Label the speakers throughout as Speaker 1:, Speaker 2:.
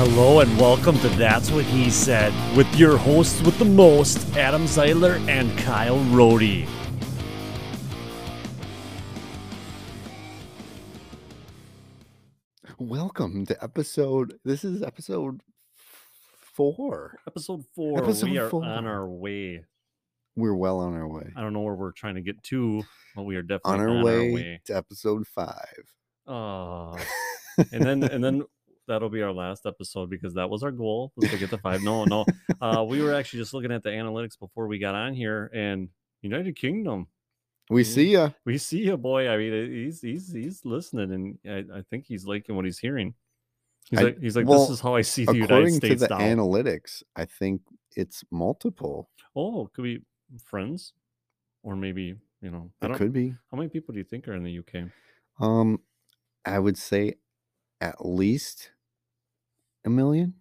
Speaker 1: Hello and welcome to That's What He Said with your hosts with the most, Adam Zeiler and Kyle Rohde.
Speaker 2: Welcome to episode. This is episode four.
Speaker 1: Episode four.
Speaker 2: Episode
Speaker 1: we are
Speaker 2: four.
Speaker 1: on our way.
Speaker 2: We're well on our way.
Speaker 1: I don't know where we're trying to get to, but we are definitely
Speaker 2: On our, way, to episode five.
Speaker 1: our way. Oh. and then and then that'll be our last episode because that was our goal was to get to five. No, no. Uh, we were actually just looking at the analytics before we got on here, and United Kingdom.
Speaker 2: We
Speaker 1: Mhm.
Speaker 2: see ya.
Speaker 1: We see a boy. I mean, uh, he's he's he's listening, and I, I think he's liking what he's hearing. He's
Speaker 2: I-
Speaker 1: like, he's like,
Speaker 2: well,
Speaker 1: this is how I see the United
Speaker 2: According to
Speaker 1: States
Speaker 2: the
Speaker 1: now.
Speaker 2: analytics, I think it's multiple.
Speaker 1: oh, could be friends, or maybe you know, I
Speaker 2: It
Speaker 1: don't.
Speaker 2: could be.
Speaker 1: How many people do you think are in the UK?
Speaker 2: Um, I would say at least a million,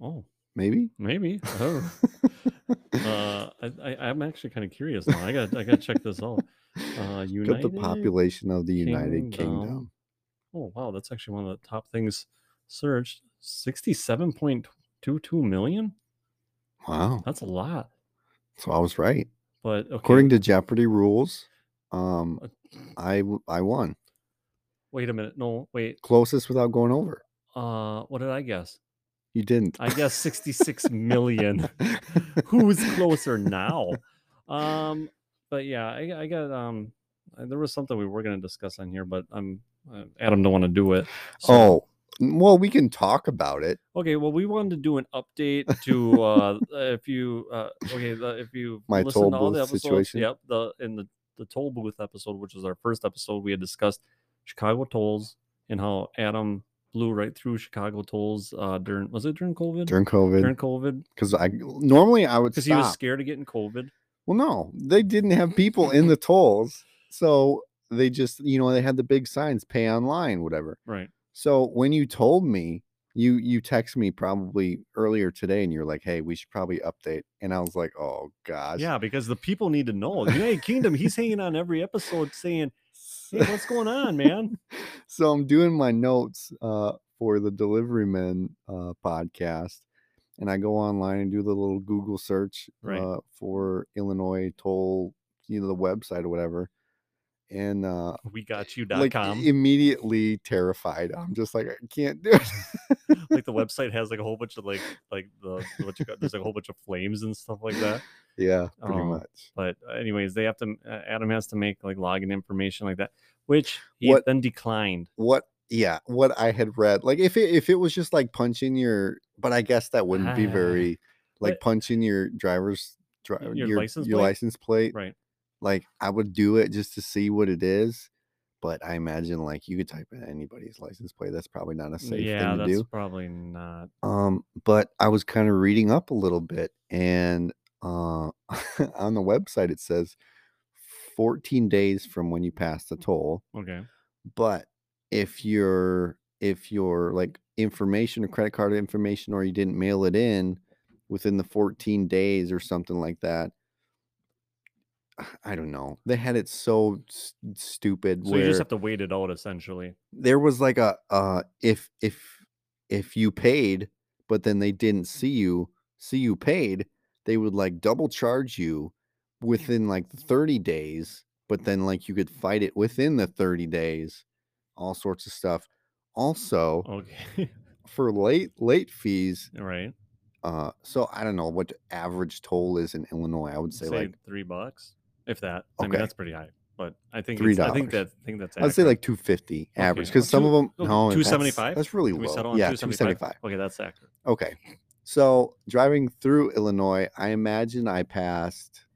Speaker 1: Oh,
Speaker 2: maybe.
Speaker 1: maybe. Oh, uh, I, I I'm actually kind of curious now. I got I got to check this out.
Speaker 2: Look
Speaker 1: Uh,
Speaker 2: at
Speaker 1: United.
Speaker 2: the population of the United
Speaker 1: Kingdom.
Speaker 2: Kingdom.
Speaker 1: Oh wow, that's actually one of the top things searched. Sixty-seven point two two million.
Speaker 2: Wow.
Speaker 1: That's a lot.
Speaker 2: So I was right.
Speaker 1: But okay.
Speaker 2: According to Jeopardy rules, um,
Speaker 1: Uh,
Speaker 2: I w- I won
Speaker 1: Wait a minute. No, wait.
Speaker 2: closest without going over.
Speaker 1: Uh, what did I guess?
Speaker 2: You didn't.
Speaker 1: I guess 66 million. Who's closer now? Um, but yeah, I, I got um, uh, there was something we were gonna discuss on here, but I'm uh, Adam don't want to do it. so-
Speaker 2: Oh, n- well, we can talk about it.
Speaker 1: okay. Well, we wanted to do an update to uh, if you uh, okay, the, if you
Speaker 2: My
Speaker 1: listen
Speaker 2: toll
Speaker 1: to all the
Speaker 2: booth
Speaker 1: episodes,
Speaker 2: situation.
Speaker 1: yep, the in the the toll booth episode, which was our first episode, we had discussed Chicago tolls and how Adam blew right through Chicago tolls uh during was it during COVID?
Speaker 2: During COVID,
Speaker 1: during COVID
Speaker 2: because I normally I would
Speaker 1: because
Speaker 2: stop.
Speaker 1: he was scared of getting COVID.
Speaker 2: well, no, they didn't have people in the tolls, so they just you know they had the big signs, pay online, whatever.
Speaker 1: Right.
Speaker 2: So when you told me, you you text me probably earlier today, and you're like, "Hey, we should probably update," and I was like, "Oh gosh,
Speaker 1: Yeah, because the people need to know. The United Kingdom, he's hanging on every episode saying, "Hey, what's going on, man?"
Speaker 2: so I'm doing my notes uh, for the Delivery Men uh, podcast, and I go online and do the little Google search
Speaker 1: Right.
Speaker 2: uh, for Illinois toll, you know, the website or whatever. And uh,
Speaker 1: We got you.com.
Speaker 2: like e
Speaker 1: Like,
Speaker 2: immediately terrified, I'm just like, I can't do it.
Speaker 1: the website has like a whole bunch of like like the what you got. There's like a whole bunch of flames and stuff like that.
Speaker 2: yeah, pretty
Speaker 1: Oh,
Speaker 2: much.
Speaker 1: But anyways, they have to. Uh, Adam has to make like login information like that, which he
Speaker 2: What-
Speaker 1: then declined.
Speaker 2: What? Yeah, what I had read, like if it if it was just like punching your, but I guess that wouldn't be
Speaker 1: Ah,
Speaker 2: very like
Speaker 1: but-
Speaker 2: punching your driver's dri-
Speaker 1: your license
Speaker 2: your
Speaker 1: plate?
Speaker 2: license plate,
Speaker 1: Right.
Speaker 2: like I would do it just to see what it is. But I imagine like you could type in anybody's license plate. That's probably not a safe
Speaker 1: yeah,
Speaker 2: thing to
Speaker 1: that's
Speaker 2: do.
Speaker 1: probably not.
Speaker 2: Um, but I was kind of reading up a little bit, and uh, on the website it says 14 days from when you pass the toll.
Speaker 1: Okay.
Speaker 2: But if your if your like information or credit card information or you didn't mail it in within the 14 days or something like that. I don't know. They had it so s- stupid
Speaker 1: So
Speaker 2: where
Speaker 1: you just have to wait it out essentially.
Speaker 2: there was like a uh if if if you paid but then they didn't see you see you paid they would like double charge you within like 30 days but then like you could fight it within the 30 days all sorts of stuff also
Speaker 1: Oh. Okay.
Speaker 2: for late late fees
Speaker 1: All right.
Speaker 2: uh so i don't know what the average toll is in illinois i would say,
Speaker 1: say
Speaker 2: like
Speaker 1: three bucks, if that. I mean,
Speaker 2: Okay.
Speaker 1: that's pretty high, but I think
Speaker 2: Three
Speaker 1: it's- I think that
Speaker 2: dollars.
Speaker 1: I think that's.
Speaker 2: i'd say
Speaker 1: accurate.
Speaker 2: like 250 average
Speaker 1: Okay.
Speaker 2: because
Speaker 1: Oh,
Speaker 2: some
Speaker 1: two-
Speaker 2: of them
Speaker 1: okay,
Speaker 2: no that's-
Speaker 1: 275?
Speaker 2: that's really
Speaker 1: Can we
Speaker 2: low
Speaker 1: settle on
Speaker 2: yeah
Speaker 1: 275? Okay, that's accurate.
Speaker 2: Okay. So driving through Illinois, I imagine I passed.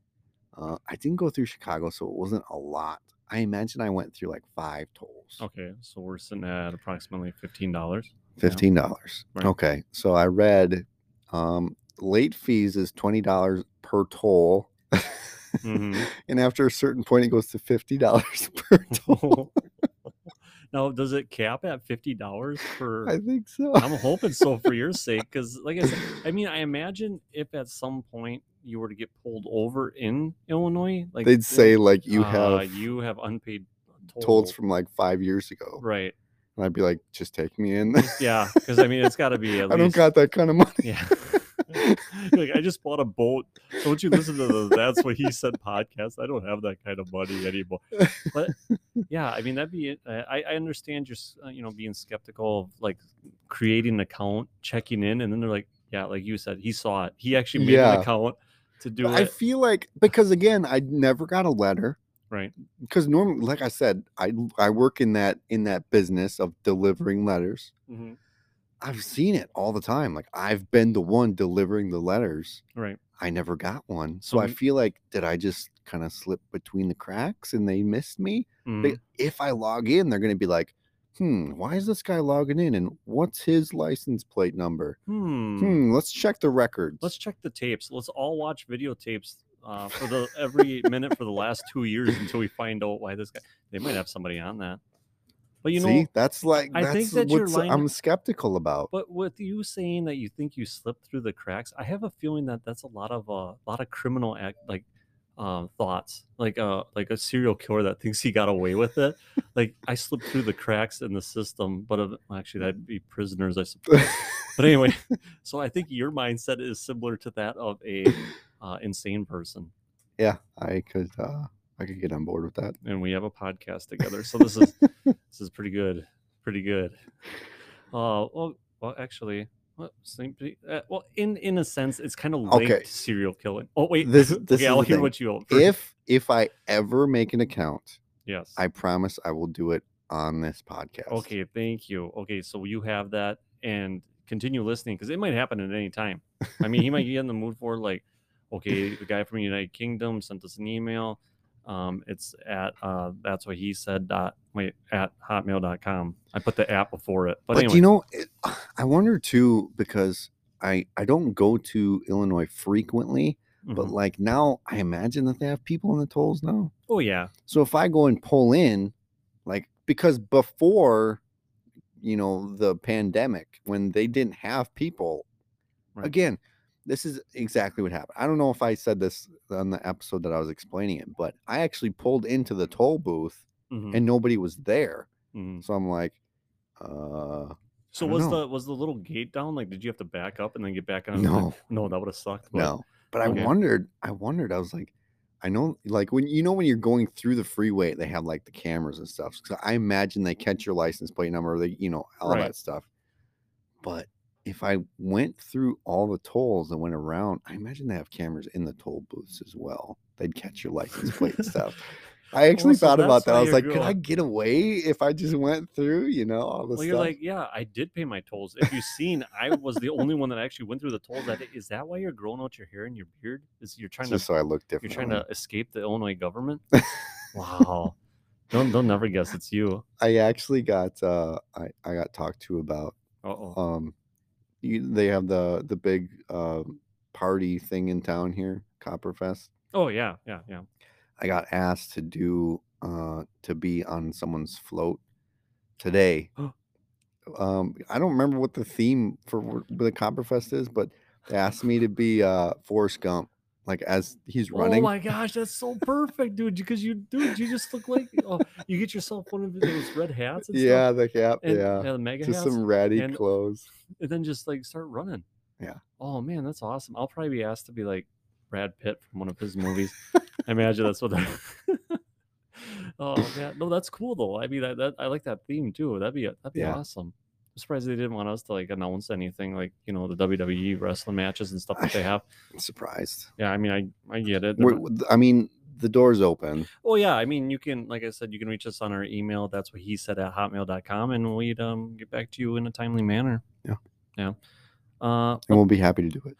Speaker 2: Uh, I didn't go through Chicago, so it wasn't a lot. I imagine I went through like five tolls.
Speaker 1: Okay, so we're sitting at approximately fifteen dollars.
Speaker 2: Fifteen dollars.
Speaker 1: Right.
Speaker 2: Okay. So I read um, late fees is twenty dollars per toll,
Speaker 1: Mm-hmm.
Speaker 2: and after a certain point, it goes to fifty dollars per toll.
Speaker 1: now, does it cap at fifty dollars for?
Speaker 2: I think so.
Speaker 1: I'm hoping so for your sake, because like I said, I mean, I imagine if at some point you were to get pulled over in Illinois, like
Speaker 2: They'd say like you
Speaker 1: uh,
Speaker 2: have
Speaker 1: you have unpaid toll.
Speaker 2: tolls from like five years ago.
Speaker 1: right.
Speaker 2: And I'd be like, just take me in.
Speaker 1: Yeah, because I mean, it's got to be at
Speaker 2: I don't
Speaker 1: least.
Speaker 2: got that kind of money.
Speaker 1: yeah. like I just bought a boat. Don't you listen to the That's What He Said podcast? I don't have that kind of money anymore. But yeah, I mean that'd be. it. Uh, I I understand just uh, you know being skeptical of like creating an account, checking in, and then they're like, yeah, like you said, he saw it. He actually made an
Speaker 2: Yeah.
Speaker 1: account to do
Speaker 2: I
Speaker 1: it.
Speaker 2: feel like because again, I never got a letter
Speaker 1: right.
Speaker 2: because normally, like I said, I I work in that in that business of delivering letters.
Speaker 1: hmm
Speaker 2: I've seen it all the time. Like I've been the one delivering the letters.
Speaker 1: Right. Mm-hmm.
Speaker 2: I never got one.
Speaker 1: So
Speaker 2: So I
Speaker 1: m-
Speaker 2: feel like did I just kind of slip between the cracks and they missed me?
Speaker 1: Mhm.
Speaker 2: They, if I log in, they're going to be like, "Hmm, why is this guy logging in and what's his license plate number?"
Speaker 1: Hmm.
Speaker 2: Hmm, let's check the records.
Speaker 1: Let's check the tapes. Let's all watch videotapes uh, for the every minute for the last two years until we find out why this guy. They might have somebody on that. But you
Speaker 2: See,
Speaker 1: know,
Speaker 2: that's like
Speaker 1: I
Speaker 2: that's
Speaker 1: think that your
Speaker 2: what's
Speaker 1: line-
Speaker 2: I'm skeptical about.
Speaker 1: but with you saying that you think you slipped through the cracks, I have a feeling that that's a lot of a uh, lot of criminal act like um, thoughts, like uh like a serial killer that thinks he got away with it. like I slipped through the cracks in the system, but of, well, actually that'd be prisoners, I suppose. But anyway, so I think your mindset is similar to that of a uh, insane person,
Speaker 2: yeah, I could uh I could get on board with that.
Speaker 1: and we have a podcast together. So this is this is pretty good, pretty good. Uh, well, well, actually, what same? pe- Uh, well, in in a sense, it's kind of linked
Speaker 2: Okay.
Speaker 1: to serial killing. Oh wait,
Speaker 2: This- this
Speaker 1: okay,
Speaker 2: is
Speaker 1: I'll
Speaker 2: the
Speaker 1: hear
Speaker 2: thing.
Speaker 1: what you want first.
Speaker 2: If if I ever make an account,
Speaker 1: yes,
Speaker 2: I promise I will do it on this podcast.
Speaker 1: okay, thank you. Okay, so you have that, and continue listening because it might happen at any time. I mean, he might get in the mood for like, okay, the guy from United Kingdom sent us an email. Um, it's at uh, that's what he said. Dot wait at hotmail.com. I put the app before it, but,
Speaker 2: But,
Speaker 1: anyway,
Speaker 2: you know, it, I wonder too because I I don't go to Illinois frequently, but
Speaker 1: Mhm.
Speaker 2: like now I imagine that they have people in the tolls now.
Speaker 1: oh yeah,
Speaker 2: So if I go and pull in, like because before, you know, the pandemic when they didn't have people,
Speaker 1: Right.
Speaker 2: again, this is exactly what happened. I don't know if I said this on the episode that I was explaining it, but I actually pulled into the toll booth
Speaker 1: Mhm,
Speaker 2: and nobody was there.
Speaker 1: mhm.
Speaker 2: So I'm like, uh,
Speaker 1: So
Speaker 2: don't
Speaker 1: was
Speaker 2: know.
Speaker 1: the was the little gate down? Like, did you have to back up and then get back on?
Speaker 2: no,
Speaker 1: no, that would have sucked. but-
Speaker 2: no. But I
Speaker 1: Okay.
Speaker 2: wondered, I wondered, I was like, I know, like when you know when you're going through the freeway, they have like the cameras and stuff. So I imagine they catch your license plate number, they, you know, all
Speaker 1: Right.
Speaker 2: that stuff. But if I went through all the tolls and went around, I imagine they have cameras in the toll booths as well. They'd catch your license plate and stuff. I actually
Speaker 1: so
Speaker 2: thought
Speaker 1: that's
Speaker 2: about that.
Speaker 1: why
Speaker 2: I was
Speaker 1: you're
Speaker 2: like, could I
Speaker 1: going-
Speaker 2: get away if I just went through, you know, all this
Speaker 1: Well, you're
Speaker 2: stuff?
Speaker 1: like, yeah, I did pay my tolls. If you've seen, I was the only one that actually went through the tolls. That day. is that why you're growing out your hair and your beard? Is you're trying
Speaker 2: just
Speaker 1: to
Speaker 2: so I look different.
Speaker 1: you're trying to escape the Illinois government? wow, don't they'll never guess it's you.
Speaker 2: I actually got uh I, I got talked to about
Speaker 1: Uh oh.
Speaker 2: um you, they have the the big uh, party thing in town here copperfest
Speaker 1: Oh yeah, yeah, yeah.
Speaker 2: i got asked to do uh to be on someone's float today um i don't remember what the theme for wh- the copperfest is but they asked me to be uh forrest gump like as he's running
Speaker 1: Oh my gosh, that's so perfect, dude. Because you, dude, you just look like oh, you get yourself one of those red hats. And
Speaker 2: yeah
Speaker 1: stuff,
Speaker 2: the cap
Speaker 1: and,
Speaker 2: yeah
Speaker 1: the mega
Speaker 2: just
Speaker 1: hats.
Speaker 2: some ratty
Speaker 1: and-
Speaker 2: clothes
Speaker 1: and then just like start running.
Speaker 2: Yeah.
Speaker 1: Oh man, that's awesome. I'll probably be asked to be like Brad Pitt from one of his movies. I imagine that's what. they're- oh man, no, that's cool though. I mean, I, that I like that theme too. That'd be that'd be
Speaker 2: Yeah.
Speaker 1: awesome. I'm surprised they didn't want us to like announce anything like you know the WWE wrestling matches and stuff that they have.
Speaker 2: I'm surprised
Speaker 1: Yeah, I mean, I I get it. They're
Speaker 2: We're-
Speaker 1: not-
Speaker 2: i mean the door's open
Speaker 1: Oh yeah, I mean, you can like I said, you can reach us on our email. That's what he said at hotmail.com, and we'd um get back to you in a timely manner.
Speaker 2: Yeah.
Speaker 1: Yeah. Uh,
Speaker 2: and we'll be happy to do it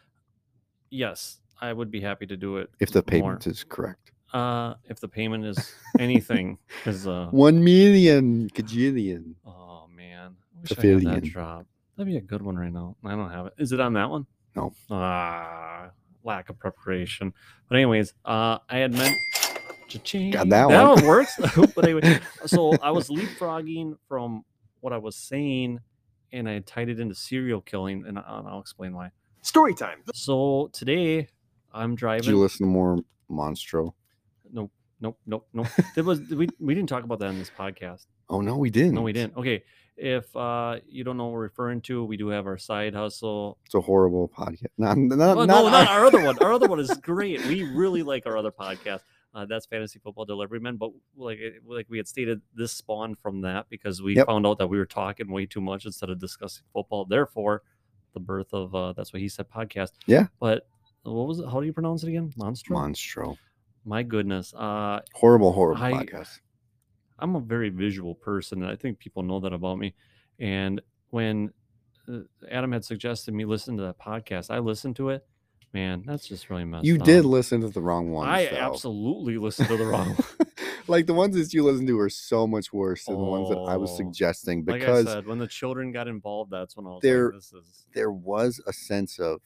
Speaker 1: yes, I would be happy to do it
Speaker 2: if the
Speaker 1: more.
Speaker 2: payment is correct
Speaker 1: Uh, if the payment is anything, because uh,
Speaker 2: One million gajillion.
Speaker 1: oh man, I wish I had that
Speaker 2: Pavilion.
Speaker 1: drop. That'd be a good one right now. I don't have it. Is it on that one?
Speaker 2: No.
Speaker 1: Ah, lack of preparation. But anyways, uh, I had meant. Cha-ching.
Speaker 2: Got that one.
Speaker 1: works. but anyway, so I was leapfrogging from what I was saying, and I tied it into serial killing, and I'll, I'll explain why.
Speaker 3: Story time.
Speaker 1: So today, I'm driving.
Speaker 2: Did you listen to more Monstro?
Speaker 1: Nope, nope, nope, nope. There was we we didn't talk about that in this podcast.
Speaker 2: Oh no, we didn't.
Speaker 1: No, we didn't. Okay, If uh, you don't know what we're referring to, we do have our side hustle.
Speaker 2: It's a horrible podcast. Not, not,
Speaker 1: Oh,
Speaker 2: Uh, not
Speaker 1: no, not
Speaker 2: our-
Speaker 1: our other one. Our other one is great. We really like our other podcast. Uh, that's fantasy football delivery men. But like it- like we had stated, this spawned from that because we
Speaker 2: Yep.
Speaker 1: found out that we were talking way too much instead of discussing football. Therefore, the birth of uh, that's what he said podcast.
Speaker 2: Yeah.
Speaker 1: But what was it? How do you pronounce it again? Monstro.
Speaker 2: Monstro.
Speaker 1: My goodness. Uh,
Speaker 2: Horrible, horrible
Speaker 1: I-
Speaker 2: podcast.
Speaker 1: I'm a very visual person, and I think people know that about me. And when uh, Adam had suggested me listen to that podcast, I listened to it. Man, that's just really messed
Speaker 2: You
Speaker 1: up.
Speaker 2: did listen to the wrong one.
Speaker 1: I absolutely listened to the wrong one.
Speaker 2: like the ones that you listen to are so much worse than the ones that I was
Speaker 1: Oh.
Speaker 2: suggesting
Speaker 1: Like
Speaker 2: because
Speaker 1: I said, when the children got involved, that's when I was
Speaker 2: They're-
Speaker 1: like, "This is."
Speaker 2: there was a sense of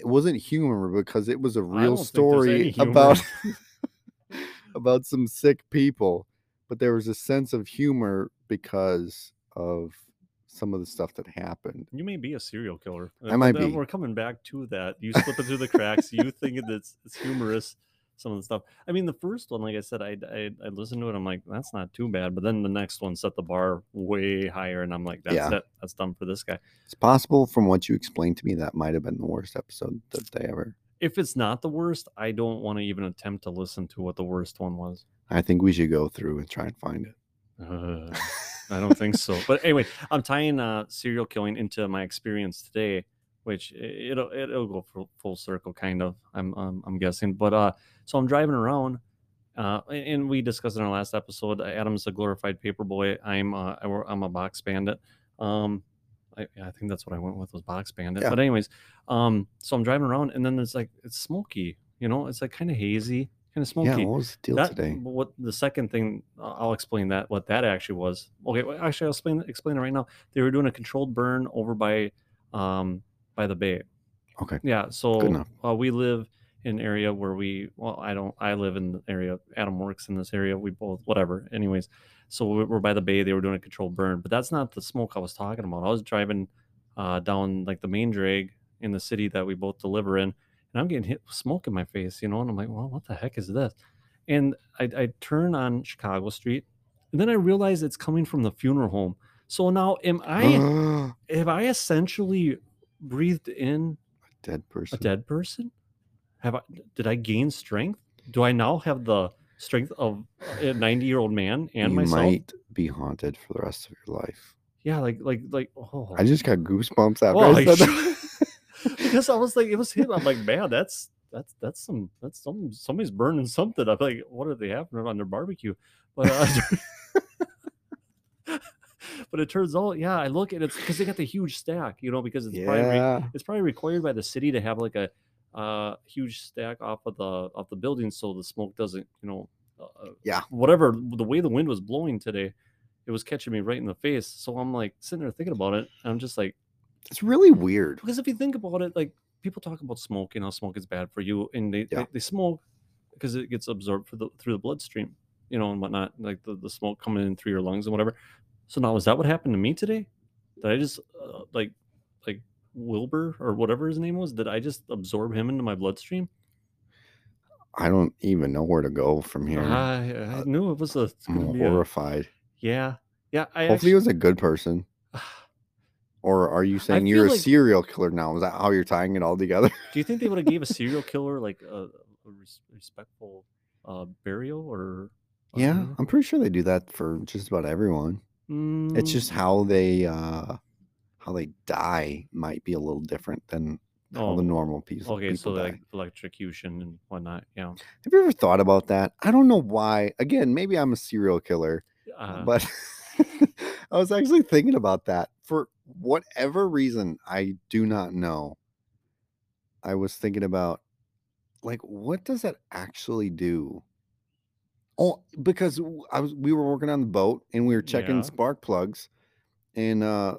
Speaker 2: it wasn't humor because it was a
Speaker 1: I
Speaker 2: real
Speaker 1: don't think there's
Speaker 2: story
Speaker 1: any humor.
Speaker 2: about about some sick people, but there was a sense of humor because of some of the stuff that happened.
Speaker 1: You may be a serial killer.
Speaker 2: I might
Speaker 1: Uh,
Speaker 2: be.
Speaker 1: We're coming back to that. You slipping through the cracks. You thinking that it's, it's humorous. Some of the stuff. I mean, the first one, like I said, I, I I listened to it. I'm like, that's not too bad. But then the next one set the bar way higher, and I'm like, that's
Speaker 2: Yeah.
Speaker 1: it. That's done for this guy.
Speaker 2: It's possible from what you explained to me that might have been the worst episode that they ever.
Speaker 1: If it's not the worst, I don't want to even attempt to listen to what the worst one was.
Speaker 2: I think we should go through and try and find it.
Speaker 1: Uh, I don't think so. But anyway, I'm tying uh, serial killing into my experience today, which i- it'll it'll go full, full circle, kind of. I'm um, I'm guessing. But uh, so I'm driving around, uh, a- and we discussed in our last episode. uh, Adam's a glorified paper boy. I'm uh, I wor- I'm a box bandit. Um, I, I think that's what I went with was box bandit.
Speaker 2: Yeah.
Speaker 1: But anyways, um, so I'm driving around, and then it's like it's smoky. You know, it's like kind of hazy, kind of smoky.
Speaker 2: Yeah, what was the deal
Speaker 1: That-
Speaker 2: today?
Speaker 1: but What the second thing? uh, I'll explain that what that actually was. Okay, well, actually, I'll explain explain it right now. They were doing a controlled burn over by, um, by the bay.
Speaker 2: Okay.
Speaker 1: Yeah. So
Speaker 2: enough.
Speaker 1: uh, we live in an area where we well, I don't. I live in the area. Adam works in this area. We both whatever. Anyways, so we- we're by the bay. They were doing a controlled burn, but that's not the smoke I was talking about. I was driving uh, down like the main drag in the city that we both deliver in, and I'm getting hit with smoke in my face, you know, and I'm like, well, what the heck is this? And I, I turn on Chicago Street, and then I realize it's coming from the funeral home. So now, am
Speaker 2: Uh-huh.
Speaker 1: I have I essentially breathed in
Speaker 2: dead
Speaker 1: a
Speaker 2: person.
Speaker 1: dead person? Have I did I gain strength? Do I now have the strength of a 90 year old man and
Speaker 2: you
Speaker 1: myself?
Speaker 2: might be haunted for the rest of your life.
Speaker 1: Yeah, like like like oh
Speaker 2: I just got goosebumps after
Speaker 1: Oh,
Speaker 2: I
Speaker 1: you
Speaker 2: said that.
Speaker 1: because I was like, it was him. I'm like, man, that's that's that's some that's some somebody's burning something. I'm like, what are they having on their barbecue? But uh, but it turns out, yeah, I look and it's because they got the huge stack, you know, because it's probably re-
Speaker 2: yeah.
Speaker 1: it's probably required by the city to have like a uh, huge stack off of the off the building so the smoke doesn't, you know, uh,
Speaker 2: Yeah.
Speaker 1: whatever the way the wind was blowing today. It was catching me right in the face, so I'm like sitting there thinking about it. I'm just like,
Speaker 2: It's really weird.
Speaker 1: because if you think about it, like people talk about smoke and how smoke is bad for you, and they
Speaker 2: Yeah.
Speaker 1: they, they smoke because it gets absorbed through the through the bloodstream, you know, and whatnot, like the, the smoke coming in through your lungs and whatever. So now is that what happened to me today? Did I just uh, like like Wilbur or whatever his name was? Did I just absorb him into my bloodstream?
Speaker 2: I don't even know where to go from here.
Speaker 1: I, I knew it was a, Uh-huh. it's
Speaker 2: I'm
Speaker 1: gonna be a-
Speaker 2: horrified.
Speaker 1: yeah yeah. I
Speaker 2: Hopefully, he
Speaker 1: actually,
Speaker 2: was a good person. Or are you saying
Speaker 1: feel
Speaker 2: you're a
Speaker 1: like-
Speaker 2: serial killer now? Is that how you're tying it all together?
Speaker 1: do you think they would have gave a serial killer like a, a res- respectful uh, burial or? uh,
Speaker 2: yeah,
Speaker 1: funeral?
Speaker 2: I'm pretty sure they do that for just about everyone. It's
Speaker 1: Mm,
Speaker 2: just how they uh how they die might be a little different than how the
Speaker 1: Oh,
Speaker 2: normal piece.
Speaker 1: Okay, so
Speaker 2: people die.
Speaker 1: like electrocution and whatnot. Yeah.
Speaker 2: Have you ever thought about that? I don't know why. Again, maybe I'm a serial killer,
Speaker 1: Uh,
Speaker 2: but I was actually thinking about that for whatever reason. I do not know. I was thinking about like what does that actually do? Oh, because w- I was we were working on the boat and we were checking
Speaker 1: Yeah.
Speaker 2: spark plugs and uh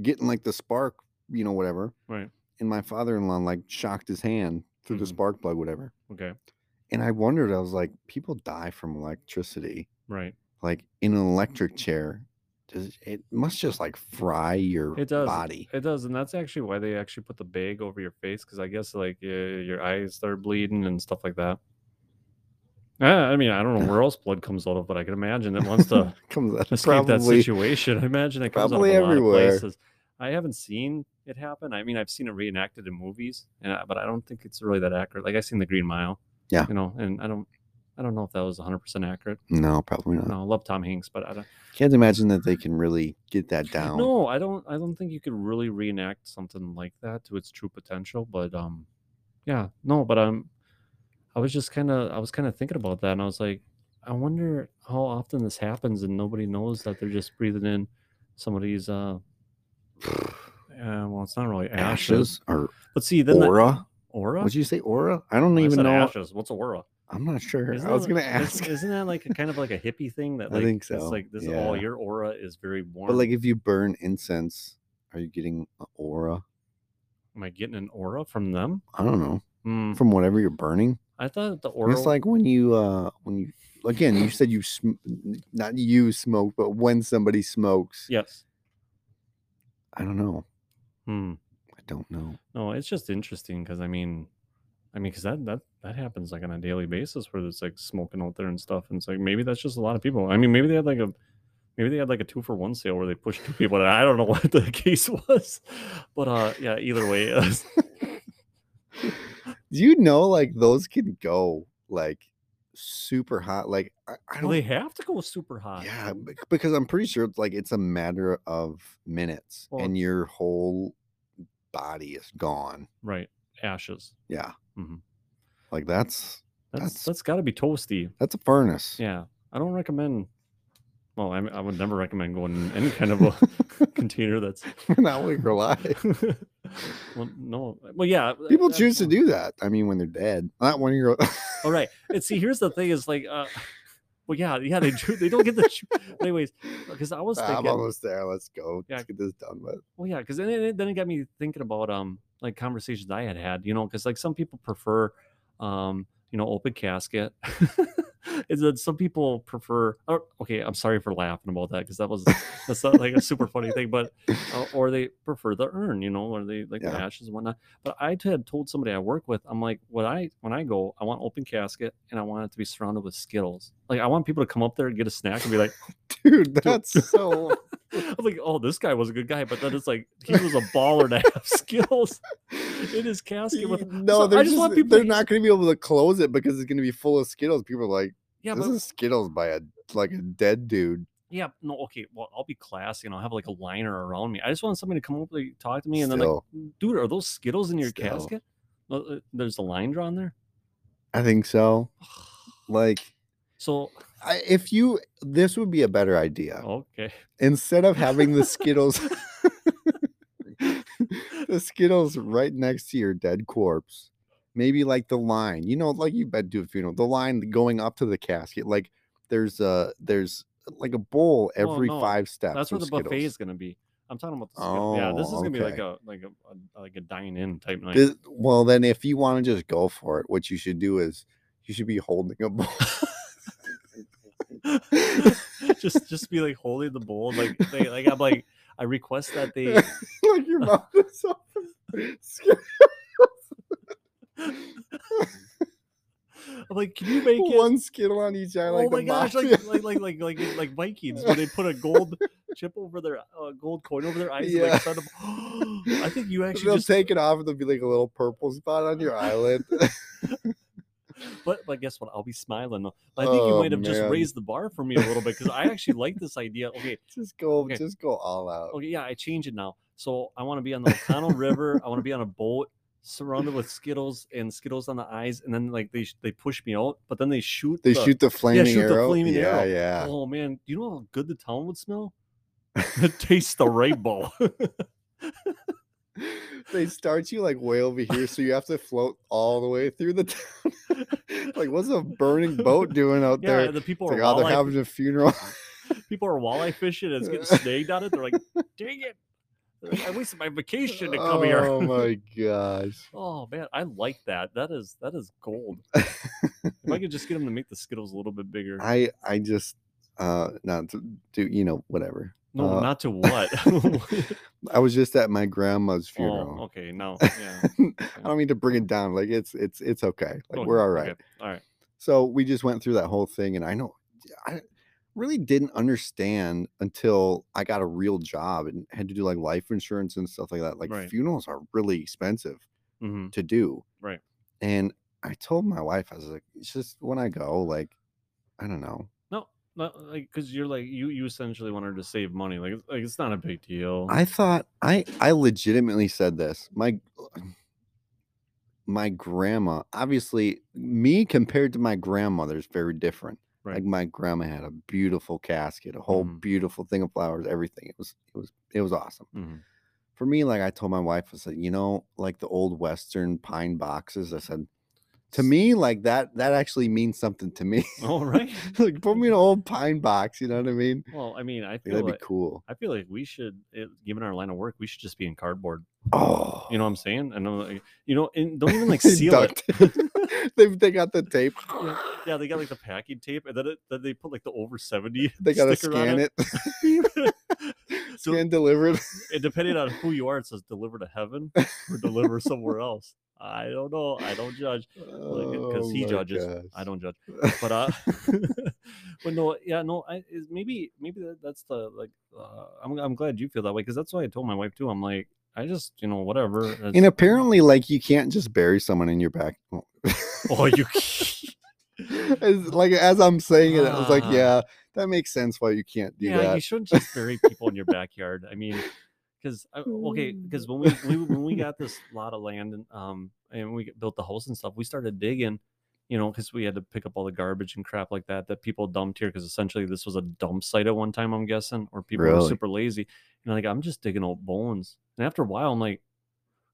Speaker 2: getting like the spark, you know, whatever.
Speaker 1: Right.
Speaker 2: And my father-in-law like shocked his hand through the
Speaker 1: Mhm.
Speaker 2: spark plug, whatever
Speaker 1: okay.
Speaker 2: and I wondered, I was like, people die from electricity.
Speaker 1: Right.
Speaker 2: Like in an electric chair, does it must just like fry your
Speaker 1: It does.
Speaker 2: body.
Speaker 1: It does, and that's actually why they actually put the bag over your face because I guess like uh, your eyes start bleeding and stuff like that. Uh, I mean, I don't know where else blood comes out of, but I can imagine it wants to
Speaker 2: Comes out
Speaker 1: escape that
Speaker 2: probably
Speaker 1: situation. I imagine it comes
Speaker 2: probably
Speaker 1: out of a lot
Speaker 2: everywhere.
Speaker 1: of places. I haven't seen it happen. I mean, I've seen it reenacted in movies, and I, but I don't think it's really that accurate. Like I seen the Green Mile,
Speaker 2: Yeah.
Speaker 1: you know, and I don't, I don't know if that was 100 percent accurate.
Speaker 2: no, probably not.
Speaker 1: No, I love Tom Hanks, but I don't.
Speaker 2: Can't imagine that they can really get that down.
Speaker 1: No, I don't. I don't think you could really reenact something like that to its true potential. But um, yeah, no. But um, I was just kind of, I was kind of thinking about that, and I was like, I wonder how often this happens, and nobody knows that they're just breathing in somebody's uh, uh well, it's not really
Speaker 2: Ashes
Speaker 1: ashes.
Speaker 2: or
Speaker 1: But see, then the
Speaker 2: aura?
Speaker 1: aura. Oh,
Speaker 2: Would you say aura? I don't
Speaker 1: I
Speaker 2: even
Speaker 1: said
Speaker 2: know.
Speaker 1: ashes. What's aura?
Speaker 2: I'm not sure.
Speaker 1: Isn't
Speaker 2: I was
Speaker 1: that
Speaker 2: gonna
Speaker 1: like- is-
Speaker 2: ask.
Speaker 1: Isn't that like a kind of like a hippie thing that
Speaker 2: I
Speaker 1: like
Speaker 2: think
Speaker 1: it's
Speaker 2: so,
Speaker 1: like this all
Speaker 2: yeah.
Speaker 1: your aura is very warm.
Speaker 2: But like, if you burn incense, are you getting a aura?
Speaker 1: am I getting an aura from them?
Speaker 2: I don't know.
Speaker 1: Hmm.
Speaker 2: From whatever you're burning.
Speaker 1: I thought the
Speaker 2: And
Speaker 1: oral.
Speaker 2: It's like when you, uh, when you, again, you said you, sm- n- not you smoke, but when somebody smokes,
Speaker 1: yes.
Speaker 2: I don't know.
Speaker 1: Hmm.
Speaker 2: I don't know.
Speaker 1: No, it's just interesting because I mean, I mean, because that that that happens like on a daily basis where it's like smoking out there and stuff, and it's like maybe that's just a lot of people. I mean, maybe they had like a maybe they had like a two for one sale where they pushed two people. And I don't know what the case was, but uh, yeah. Either way, uh,
Speaker 2: Do you know, like, those can go like super hot? Like, I, I don't,
Speaker 1: they have to go super hot.
Speaker 2: yeah, bec- because I'm pretty sure it's like it's a matter of minutes
Speaker 1: Well-
Speaker 2: and your whole body is gone.
Speaker 1: Right. Ashes.
Speaker 2: Yeah.
Speaker 1: Mhm.
Speaker 2: Like, that's,
Speaker 1: That's
Speaker 2: That's-
Speaker 1: that's got to be toasty.
Speaker 2: that's a furnace.
Speaker 1: Yeah, I don't recommend. Well, I, I would never recommend going in any kind of a container that's
Speaker 2: Not when you're alive.
Speaker 1: well, no. Well, yeah. that-
Speaker 2: People
Speaker 1: that's
Speaker 2: choose to
Speaker 1: fine.
Speaker 2: do that. I mean, when they're dead, not when you're.
Speaker 1: All Oh, right. And see, here's the thing: is like, uh, well, yeah, yeah, they do. They don't get the. Cho- anyways, because I was
Speaker 2: Ah, I'm
Speaker 1: thinking.
Speaker 2: almost there. Let's go.
Speaker 1: Yeah.
Speaker 2: Let's get this done with.
Speaker 1: Well, yeah, because then it, then it got me thinking about um like conversations I had had, you know, because like some people prefer, um, you know, open casket. Is that some people prefer? Or, okay, I'm sorry for laughing about that because that was that's not like a super funny thing, but uh, or they prefer the urn, you know, or they like the
Speaker 2: Yeah.
Speaker 1: ashes and whatnot. But I had told somebody I work with, I'm like, when I when I go, I want open casket and I want it to be surrounded with Skittles. Like I want people to come up there and get a snack and be like.
Speaker 2: Dude, that's so.
Speaker 1: I'm like, oh, this guy was a good guy, but then it's like he was a baller to have skills in his casket with.
Speaker 2: no,
Speaker 1: so
Speaker 2: they're,
Speaker 1: I just
Speaker 2: just-
Speaker 1: want people
Speaker 2: they're
Speaker 1: to-
Speaker 2: not going to be able to close it because it's going to be full of Skittles. People are like,
Speaker 1: Yeah,
Speaker 2: this
Speaker 1: but
Speaker 2: is Skittles by a like a dead dude.
Speaker 1: yeah, no, okay. Well, I'll be classy and I'll have like a liner around me. I just want somebody to come up, like, talk to me, and
Speaker 2: Still.
Speaker 1: then like, dude, are those skittles in your
Speaker 2: Still.
Speaker 1: casket? Uh, uh, There's a line drawn there.
Speaker 2: I think so. Like,
Speaker 1: So
Speaker 2: I, if you, this would be a better idea.
Speaker 1: okay,
Speaker 2: Instead of having the Skittles, the Skittles right next to your dead corpse, maybe like the line, you know, like you bet do a funeral, the line going up to the casket, like there's a there's like a bowl
Speaker 1: Well,
Speaker 2: every
Speaker 1: Oh, no,
Speaker 2: five steps.
Speaker 1: that's where
Speaker 2: with
Speaker 1: the
Speaker 2: Skittles.
Speaker 1: buffet is gonna be. I'm talking about the Skittles. yeah, this is
Speaker 2: Oh,
Speaker 1: gonna be like
Speaker 2: okay.
Speaker 1: a like a, a like a dine in type night.
Speaker 2: Th- well, then if you want to just go for it, what you should do is you should be holding a bowl.
Speaker 1: just just be like holding the bowl like they, like i'm like i request that they
Speaker 2: like your mouth is open. Skittles.
Speaker 1: i'm like can you make it
Speaker 2: One Skittle on each eye, like
Speaker 1: oh my
Speaker 2: the
Speaker 1: gosh
Speaker 2: mafia.
Speaker 1: like, like like like like in- like vikings where they put a gold chip over their uh, gold coin over their eyes and
Speaker 2: Yeah.
Speaker 1: like send them, i think you actually
Speaker 2: They'll
Speaker 1: just
Speaker 2: take it off and there'll be like a little purple spot on your eyelid.
Speaker 1: but but guess what i'll be smiling though. But i think you
Speaker 2: Oh,
Speaker 1: might have just
Speaker 2: man.
Speaker 1: raised the bar for me a little bit because i actually like this idea okay
Speaker 2: just go,
Speaker 1: Okay.
Speaker 2: just go all out.
Speaker 1: okay, Oh, yeah, I change it now. So I want to be on the O'Connell River. I want to be on a boat surrounded with Skittles and Skittles on the eyes, and then like they sh- they push me out, but then they shoot.
Speaker 2: They
Speaker 1: the-
Speaker 2: shoot the flaming
Speaker 1: shoot the
Speaker 2: arrow.
Speaker 1: flaming
Speaker 2: yeah,
Speaker 1: arrow.
Speaker 2: yeah.
Speaker 1: Oh man, do you know how good the town would smell? it tastes the rainbow.
Speaker 2: they start you like way over here, so you have to float all the way through the town. like, what's a burning boat doing out
Speaker 1: yeah,
Speaker 2: there?
Speaker 1: and the people
Speaker 2: It's
Speaker 1: are
Speaker 2: like, oh, they're
Speaker 1: walleye.
Speaker 2: having a funeral.
Speaker 1: people are walleye fishing, and it's getting snagged on it. They're like, "Dang it! They're like, I wasted my vacation to come
Speaker 2: Oh
Speaker 1: here."
Speaker 2: my gosh.
Speaker 1: Oh man, I like that. That is that is gold. If I could just get them to make the Skittles a little bit bigger.
Speaker 2: I I just uh not to do you know whatever.
Speaker 1: No,
Speaker 2: Uh,
Speaker 1: not to what.
Speaker 2: I was just at my grandma's
Speaker 1: oh,
Speaker 2: funeral.
Speaker 1: okay. No. Yeah.
Speaker 2: I don't mean to bring it down. Like it's it's it's okay. Like
Speaker 1: Oh, okay,
Speaker 2: we're all right.
Speaker 1: okay, All right.
Speaker 2: So we just went through that whole thing, and I know I really didn't understand until I got a real job and had to do like life insurance and stuff like that. Like
Speaker 1: Right.
Speaker 2: funerals are really expensive
Speaker 1: hmm
Speaker 2: to do.
Speaker 1: Right.
Speaker 2: And I told my wife, I was like, it's just when I go, like, I don't know.
Speaker 1: No, not like because you're like you you essentially want her to save money. Like it's- like it's not a big deal.
Speaker 2: I thought I I legitimately said this. My my grandma, obviously, me compared to my grandmother is very different.
Speaker 1: Right.
Speaker 2: Like my grandma had a beautiful casket, a whole
Speaker 1: Mhm.
Speaker 2: beautiful thing of flowers, everything. It was it was it was awesome.
Speaker 1: Mhm.
Speaker 2: For me, like I told my wife, I said, you know, like the old western pine boxes. I said, to
Speaker 1: S-
Speaker 2: me, like that that actually means something to me.
Speaker 1: All right.
Speaker 2: like put me in an old pine box, you know what I mean?
Speaker 1: Well, I mean, I
Speaker 2: Like,
Speaker 1: feel
Speaker 2: that'd be
Speaker 1: like
Speaker 2: cool.
Speaker 1: I feel like we should, it, given our line of work, we should just be in cardboard.
Speaker 2: Oh,
Speaker 1: You know what I'm saying? And I'm like, you know, and don't even like seal it.
Speaker 2: they they got the tape.
Speaker 1: Yeah, yeah, they got like the packing tape, and then, it, then they put like the over seventy.
Speaker 2: They gotta
Speaker 1: sticker on
Speaker 2: scan it,
Speaker 1: So-
Speaker 2: scan deliver it.
Speaker 1: and depending on who you are, it says deliver to heaven or deliver somewhere else. I don't know. I don't judge because
Speaker 2: Oh
Speaker 1: he
Speaker 2: my
Speaker 1: judges.
Speaker 2: gosh.
Speaker 1: I don't judge. But uh, but no, yeah, no. I is maybe maybe that, that's the like. Uh, I'm I'm glad you feel that way because that's what I told my wife too. I'm like, I just you know whatever.
Speaker 2: And
Speaker 1: it's-
Speaker 2: apparently, like you can't just bury someone in your back. well,
Speaker 1: oh you.
Speaker 2: as, like as I'm saying it, I was like,
Speaker 1: Ah.
Speaker 2: yeah, that makes sense why you can't do
Speaker 1: yeah, you
Speaker 2: that.
Speaker 1: shouldn't just bury people in your backyard. I mean, because okay, because
Speaker 2: Hmm.
Speaker 1: when we, we when we got this lot of land and um and we built the house and stuff, we started digging, you know, because we had to pick up all the garbage and crap like that that people dumped here. Because essentially, this was a dump site at one time, I'm guessing, or people were
Speaker 2: Really?
Speaker 1: super lazy. And like, I'm just digging out bones, and after a while, I'm like,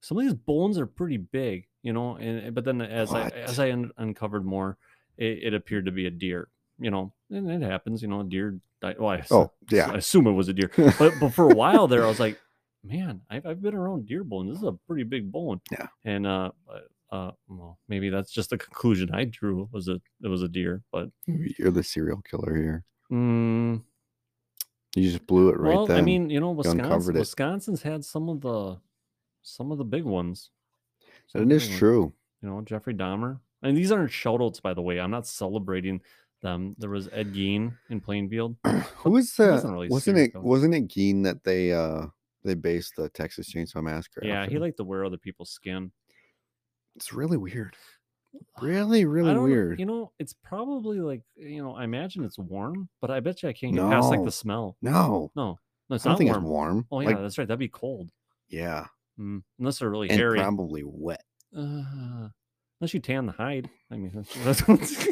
Speaker 1: some of these bones are pretty big, you know. And and- but then as
Speaker 2: What?
Speaker 1: I as I un- uncovered more, it, it appeared to be a deer. You know, and it happens. You know, a deer. Di- well, I,
Speaker 2: Oh
Speaker 1: I
Speaker 2: yeah,
Speaker 1: assume it was a deer. But but for a while there, I was like, man, I've, I've been around deer bone. This is a pretty big bone.
Speaker 2: Yeah.
Speaker 1: And uh, uh, uh, well, maybe that's just the conclusion I drew was a it was a deer. But
Speaker 2: you're the serial killer here.
Speaker 1: mm,
Speaker 2: You just blew it right
Speaker 1: well,
Speaker 2: then.
Speaker 1: I mean, you know, Wisconsin,
Speaker 2: uncovered it.
Speaker 1: Wisconsin's had some of the some of the big ones. Some
Speaker 2: it
Speaker 1: of the
Speaker 2: is
Speaker 1: big ones.
Speaker 2: true.
Speaker 1: You know, Jeffrey Dahmer. And these aren't shout outs, by the way. I'm not celebrating them. There was Ed Gein in Plainfield.
Speaker 2: Who is
Speaker 1: he
Speaker 2: that?
Speaker 1: wasn't really a
Speaker 2: wasn't
Speaker 1: serial
Speaker 2: it?
Speaker 1: killer.
Speaker 2: Wasn't it Gene that they uh they based the Texas Chainsaw Massacre?
Speaker 1: Yeah,
Speaker 2: after?
Speaker 1: he liked to wear other people's skin.
Speaker 2: It's really weird. Really, really
Speaker 1: I don't know-
Speaker 2: weird.
Speaker 1: You know, it's probably like you know. I imagine it's warm, but I bet you I can't get past like
Speaker 2: No.
Speaker 1: the smell.
Speaker 2: no,
Speaker 1: No, no, it's
Speaker 2: I don't
Speaker 1: not
Speaker 2: think
Speaker 1: warm.
Speaker 2: it's warm.
Speaker 1: Oh yeah,
Speaker 2: like,
Speaker 1: that's right. That'd be cold.
Speaker 2: yeah,
Speaker 1: Mm, unless they're really
Speaker 2: and
Speaker 1: hairy.
Speaker 2: probably wet.
Speaker 1: Uh, unless you tan the hide. I mean, that's, that's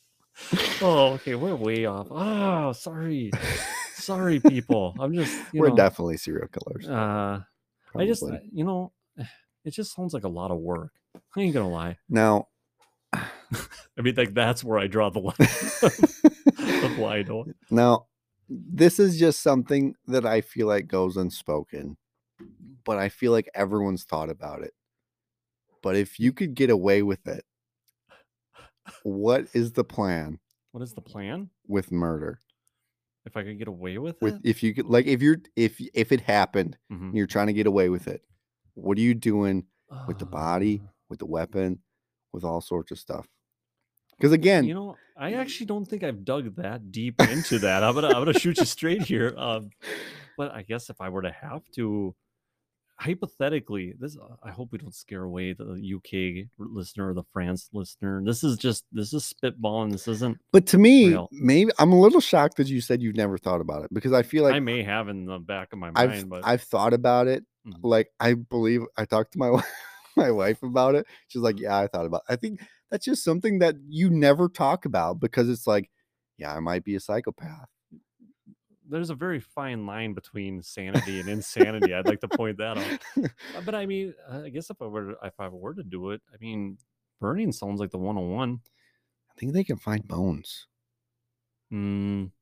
Speaker 1: oh, okay. We're way off. Oh, sorry, sorry, people. I'm just you
Speaker 2: We're
Speaker 1: know,
Speaker 2: definitely serial killers.
Speaker 1: Uh, I just
Speaker 2: probably.
Speaker 1: you know, it just sounds like a lot of work. I ain't gonna lie.
Speaker 2: now.
Speaker 1: I mean, like that's where I draw the line of why I don't.
Speaker 2: now, this is just something that I feel like goes unspoken, but I feel like everyone's thought about it. But if you could get away with it, what is the plan
Speaker 1: What is the
Speaker 2: Mm-hmm.
Speaker 1: plan?
Speaker 2: with murder?
Speaker 1: if I could get away with,
Speaker 2: With
Speaker 1: it.
Speaker 2: if you could, like, if you're if y- if it happened,
Speaker 1: Mhm.
Speaker 2: and you're trying to get away with it, what are you doing? with the body,
Speaker 1: Uh,
Speaker 2: with the weapon, with all sorts of stuff. Because again,
Speaker 1: you know, I
Speaker 2: Mm-hmm.
Speaker 1: actually don't think I've dug that deep into that. I'm gonna I'm gonna shoot you straight here. Um, but I guess if I were to have to, hypothetically, this uh, I hope we don't scare away the UK listener or the France listener. This is just this is spitballing. This isn't.
Speaker 2: but to me,
Speaker 1: real.
Speaker 2: maybe I'm a little shocked that you said you've never thought about it because I feel
Speaker 1: I
Speaker 2: like
Speaker 1: may have in the back of my
Speaker 2: I've
Speaker 1: mind, but
Speaker 2: I've thought about it.
Speaker 1: Mhm.
Speaker 2: Like I believe I talked to my wife, my wife about it. She's like,
Speaker 1: Mm-hmm.
Speaker 2: "Yeah, I thought about." It. I think that's just something that you never talk about because it's like, "Yeah, I might be a psychopath."
Speaker 1: there's a very fine line between sanity and insanity. I'd like to point that out. Uh, But I mean, I guess if I were to, if I were to do it, I mean, burning sounds like the 101.
Speaker 2: I think they can find bones.
Speaker 1: Mm,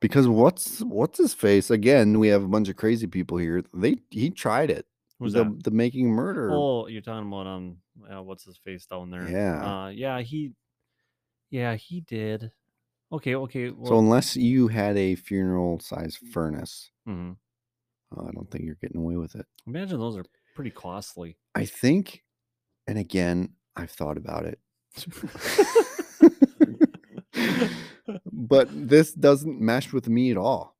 Speaker 2: Because what's what's his face again? We have a bunch of crazy people here. They he tried it.
Speaker 1: who's
Speaker 2: the,
Speaker 1: that?
Speaker 2: the making murder?
Speaker 1: Oh, you're talking about um, uh, what's his face down there?
Speaker 2: yeah.
Speaker 1: Uh, yeah, he, yeah, he did. Okay, okay.
Speaker 2: so
Speaker 1: Well,
Speaker 2: unless you had a funeral size furnace,
Speaker 1: mhm.
Speaker 2: uh, I don't think you're getting away with it.
Speaker 1: imagine those are pretty costly.
Speaker 2: I think, and again, I've thought about it. but this doesn't mesh with me at all.